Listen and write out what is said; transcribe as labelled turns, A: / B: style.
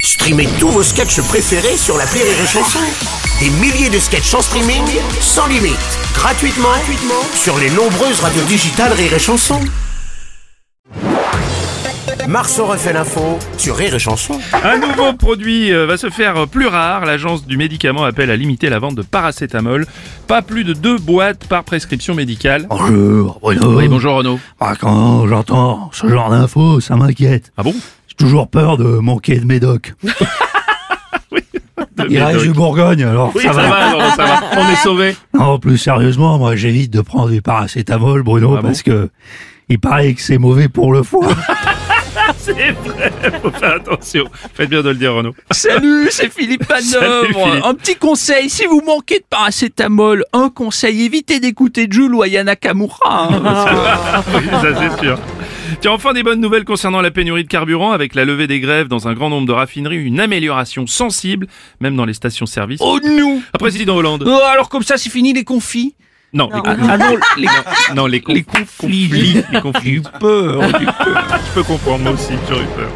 A: Streamez tous vos sketchs préférés sur la Rire et Chanson. Des milliers de sketchs en streaming, sans limite, gratuitement, gratuitement sur les nombreuses radios digitales Rire et Chanson. Marceau refait l'info sur Rire et Chanson.
B: Un nouveau produit euh, va se faire plus rare. L'agence du médicament appelle à limiter la vente de paracétamol. Pas plus de deux boîtes par prescription médicale.
C: Bonjour, Bruno.
B: Oui, bonjour Renaud.
C: Ah, quand j'entends ce genre d'infos, ça m'inquiète.
B: Ah bon
C: J'ai toujours peur de manquer de médoc.
B: De
C: Il reste
B: Médoc.
C: du Bourgogne, alors
B: Oui,
C: ça va.
B: Laurent, ça va. On est sauvés.
C: Non, plus sérieusement, moi j'évite de prendre du paracétamol, Bruno,
B: Ah bon
C: parce que il paraît que c'est mauvais pour le foie.
B: C'est vrai. Faut faire attention. Faites bien de le dire Renaud.
D: Salut, c'est Philippe
B: Salut,
D: Panovre.
B: Philippe.
D: Un petit conseil, si vous manquez de paracétamol, un conseil, évitez d'écouter Jules ou Ayana Kamura. hein.
B: Oui, ça c'est sûr. Tiens, enfin des bonnes nouvelles concernant la pénurie de carburant. Avec la levée des grèves dans un grand nombre de raffineries, une amélioration sensible, même dans les stations-service.
D: Oh nous
B: Ah, président Hollande.
D: Oh, Alors comme ça, c'est fini les confis
B: Non, les,
D: Ah, ah non, les
B: non, les,
D: les conflits.
B: conflits, les conflits.
D: Peur.
B: Je peux comprendre, moi aussi, j'aurais eu peur.